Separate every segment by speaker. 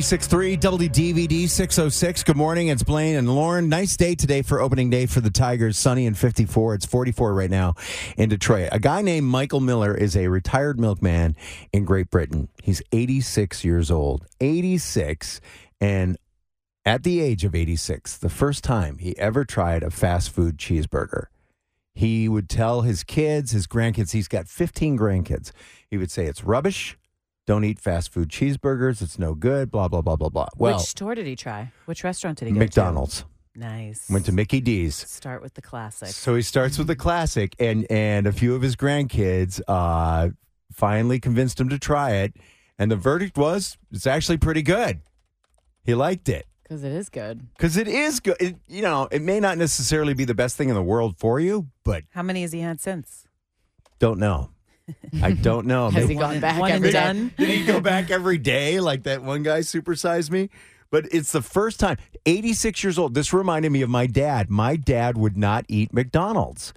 Speaker 1: 96.3 WDVD 606. Good morning. It's Blaine and Lauren. Nice day today for opening day for the Tigers. Sunny and 54. It's 44 right now in Detroit. A guy named Michael Miller is a retired milkman in Great Britain. He's 86 years old. 86. And at the age of 86, the first time he ever tried a fast food cheeseburger, he would tell his kids, his grandkids, he's got 15 grandkids. He would say, It's rubbish. Don't eat fast food cheeseburgers. It's no good. Blah, blah, blah, blah, blah. Well,
Speaker 2: Which store did he try? Which restaurant did he go
Speaker 1: McDonald's.
Speaker 2: to? Nice.
Speaker 1: Went to Mickey D's.
Speaker 2: Start with the classic.
Speaker 1: So he starts with the classic, and, and a few of his grandkids uh, finally convinced him to try it. And the verdict was, It's actually pretty good. He liked it.
Speaker 2: Because it is good.
Speaker 1: Because it is good. It, you know, it may not necessarily be the best thing in the world for you, but
Speaker 2: How many has he had since?
Speaker 1: don't know. I don't know.
Speaker 3: Has
Speaker 1: Maybe-
Speaker 3: he gone
Speaker 2: and-
Speaker 3: back
Speaker 2: one and
Speaker 3: every day?
Speaker 2: done?
Speaker 1: Did he go back every day like that one guy supersized me? But it's the first time. 86 years old. This reminded me of my dad. My dad would not eat McDonald's.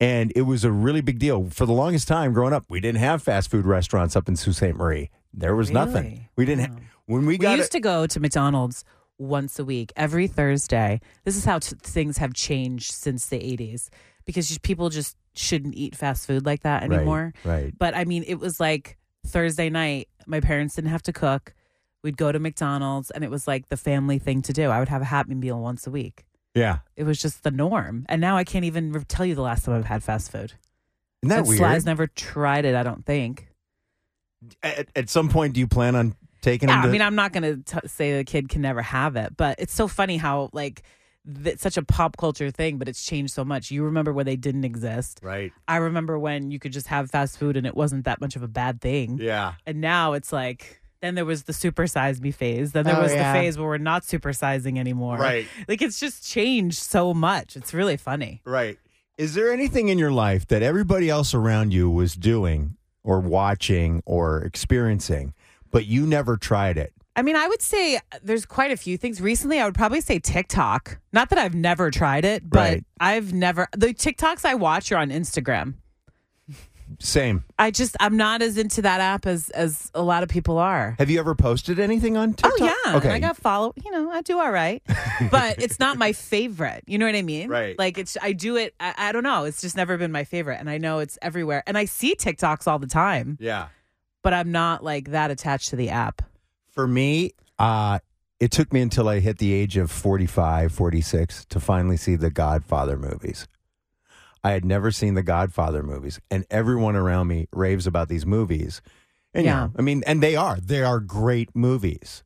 Speaker 1: And it was a really big deal. For the longest time growing up, we didn't have fast food restaurants up in Sault Ste. Marie. There was nothing.
Speaker 2: Really?
Speaker 1: We didn't ha- when we
Speaker 2: We
Speaker 1: got
Speaker 2: used
Speaker 1: it,
Speaker 2: to go to McDonald's once a week, every Thursday. This is how t- things have changed since the 80s because just, people just shouldn't eat fast food like that
Speaker 1: Right,
Speaker 2: anymore.
Speaker 1: Right.
Speaker 2: But I mean, it was like Thursday night. My parents didn't have to cook. We'd go to McDonald's, and it was like the family thing to do. I would have a Happy Meal once a week.
Speaker 1: Yeah.
Speaker 2: It was just the norm. And now I can't even re- tell you the last time I've had fast food.
Speaker 1: Isn't that
Speaker 2: And
Speaker 1: weird?
Speaker 2: Sly's never tried it, I don't think.
Speaker 1: at, at some point, do you plan on taking
Speaker 2: Yeah,
Speaker 1: him to
Speaker 2: I mean, I'm not going to say the kid can never have it, but it's so funny how, like, th- it's such a pop culture thing, but it's changed so much. You remember when they didn't exist.
Speaker 1: Right.
Speaker 2: I remember when you could just have fast food and it wasn't that much of a bad thing.
Speaker 1: Yeah.
Speaker 2: And now it's like, then there was the supersize me phase. Then there
Speaker 3: Oh,
Speaker 2: was
Speaker 3: yeah.
Speaker 2: the phase where we're not supersizing anymore.
Speaker 1: Right.
Speaker 2: Like, it's just changed so much. It's really funny.
Speaker 1: Right. Is there anything in your life that everybody else around you was doing or watching or experiencing, but you never tried it?
Speaker 2: I mean, I would say uh, there's quite a few things. Recently, I would probably say TikTok. Not that I've never tried it, but
Speaker 1: Right.
Speaker 2: I've never the TikToks I watch are on Instagram.
Speaker 1: Same.
Speaker 2: I just I'm not as into that app as as a lot of people are.
Speaker 1: Have you ever posted anything on TikTok?
Speaker 2: Oh yeah,
Speaker 1: Okay.
Speaker 2: and I got follow. You know, I do all right, but it's not my favorite. You know what I mean?
Speaker 1: Right.
Speaker 2: Like it's I do it. I, I don't know. It's just never been my favorite, and I know it's everywhere, and I see TikToks all the time,
Speaker 1: yeah.
Speaker 2: but I'm not like that attached to the app.
Speaker 1: For me, uh, it took me until I hit the age of 45, 46 to finally see the Godfather movies. I had never seen the Godfather movies, and everyone around me raves about these movies. And yeah,
Speaker 2: Yeah.
Speaker 1: I mean, and they are they are great movies.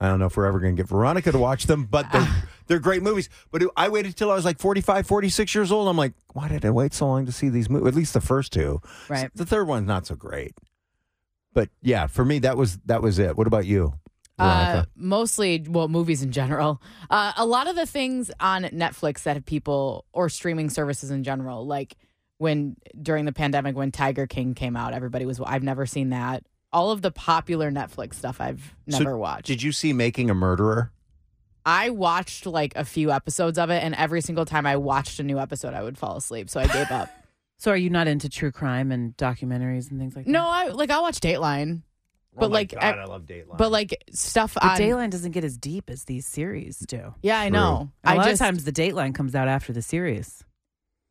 Speaker 1: I don't know if we're ever going to get Veronica to watch them, but they're, they're great movies. But I waited till I was like 45, 46 years old. I'm like, why did I wait so long to see these movies? At least the first two.
Speaker 2: Right.
Speaker 1: The third one's not so great. But yeah, for me that was that was it. What about you?
Speaker 3: Uh,
Speaker 1: Veronica?
Speaker 3: mostly, well, movies in general. Uh, a lot of the things on Netflix that people or streaming services in general, like when during the pandemic when Tiger King came out, everybody was. I've never seen that. All of the popular Netflix stuff I've
Speaker 1: So
Speaker 3: never watched.
Speaker 1: Did you see Making a Murderer?
Speaker 3: I watched like a few episodes of it, and every single time I watched a new episode, I would fall asleep. So I gave up.
Speaker 2: So are you not into true crime and documentaries and things like that?
Speaker 3: no, I like I watch Dateline, But like, I-
Speaker 1: love Dateline.
Speaker 3: but like stuff
Speaker 2: The
Speaker 3: on.
Speaker 2: Dateline doesn't get as deep as these series do.
Speaker 3: yeah, I
Speaker 1: True.
Speaker 3: know.
Speaker 2: A
Speaker 3: I
Speaker 2: lot
Speaker 3: just
Speaker 2: of times the Dateline comes out after the series.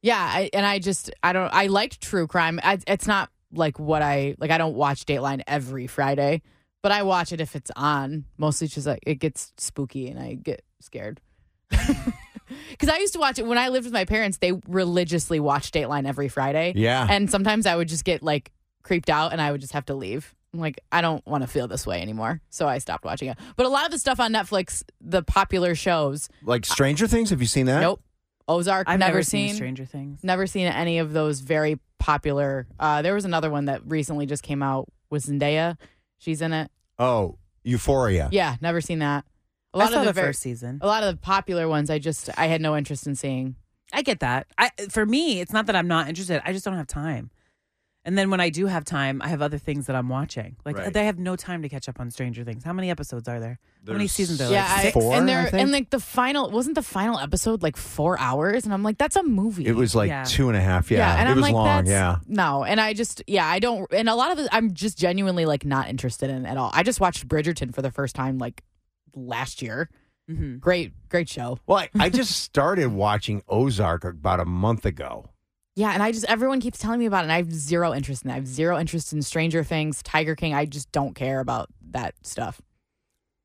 Speaker 3: Yeah, I, and I just I don't I liked true crime. I, it's not like what I like. I don't watch Dateline every Friday, but I watch it if it's on. Mostly just like it gets spooky and I get scared. Because I used to watch it when I lived with my parents. They religiously watched Dateline every Friday,
Speaker 1: yeah,
Speaker 3: and sometimes I would just get like creeped out and I would just have to leave. I'm like, I don't want to feel this way anymore, so I stopped watching it. But a lot of the stuff on Netflix, the popular shows,
Speaker 1: like Stranger Things. Have you seen that?
Speaker 3: nope, Ozark,
Speaker 2: I've
Speaker 3: never,
Speaker 2: seen,
Speaker 3: seen
Speaker 2: Stranger Things.
Speaker 3: never seen any of those very popular. Uh, there was another one that recently just came out with Zendaya. She's in it.
Speaker 1: Oh, Euphoria.
Speaker 3: Yeah, never seen that. A
Speaker 2: I saw the, oh.
Speaker 3: ver-
Speaker 2: first season.
Speaker 3: a lot of the popular ones, I just I had no interest in seeing.
Speaker 2: I get that. I for me, it's not that I'm not interested. I just don't have time. And then when I do have time, I have other things that I'm watching. Like
Speaker 1: Right.
Speaker 2: I have no time to catch up on Stranger Things. How many episodes are there? How many seasons are there?
Speaker 3: yeah,
Speaker 2: Like
Speaker 3: I,
Speaker 2: six?
Speaker 1: four,
Speaker 3: and
Speaker 1: I
Speaker 3: there
Speaker 1: think?
Speaker 3: and like the final wasn't the final episode like four hours, and I'm like, that's a movie.
Speaker 1: It was like
Speaker 2: Yeah.
Speaker 1: two and a half. Yeah,
Speaker 3: and
Speaker 1: it
Speaker 3: I'm
Speaker 1: was
Speaker 3: like,
Speaker 1: long.
Speaker 3: that's
Speaker 1: Yeah,
Speaker 3: no, and I just yeah, I don't, and a lot of the, I'm just genuinely like not interested in it at all. I just watched Bridgerton for the first time like last year.
Speaker 2: Mhm.
Speaker 3: Great, great show.
Speaker 1: Well, I, I just started watching Ozark about a month ago.
Speaker 3: Yeah, and I just everyone keeps telling me about it, and I have zero interest in that. I have zero interest in Stranger Things, Tiger King. I just don't care about that stuff.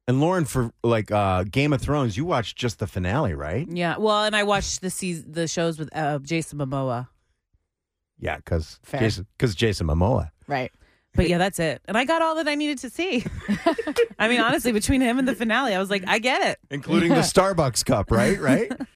Speaker 1: And Lauren, for like uh, Game of Thrones, you watched just the finale, right?
Speaker 2: Yeah. Well, and I watched the season, the shows with uh, Jason Momoa.
Speaker 1: Yeah, because
Speaker 3: Fair.
Speaker 1: Jason, because Jason Momoa.
Speaker 3: Right.
Speaker 2: But yeah, that's it. And I got all that I needed to see. I mean, honestly, between him and the finale, I was like, I get it.
Speaker 1: Including the Starbucks cup, right? Right?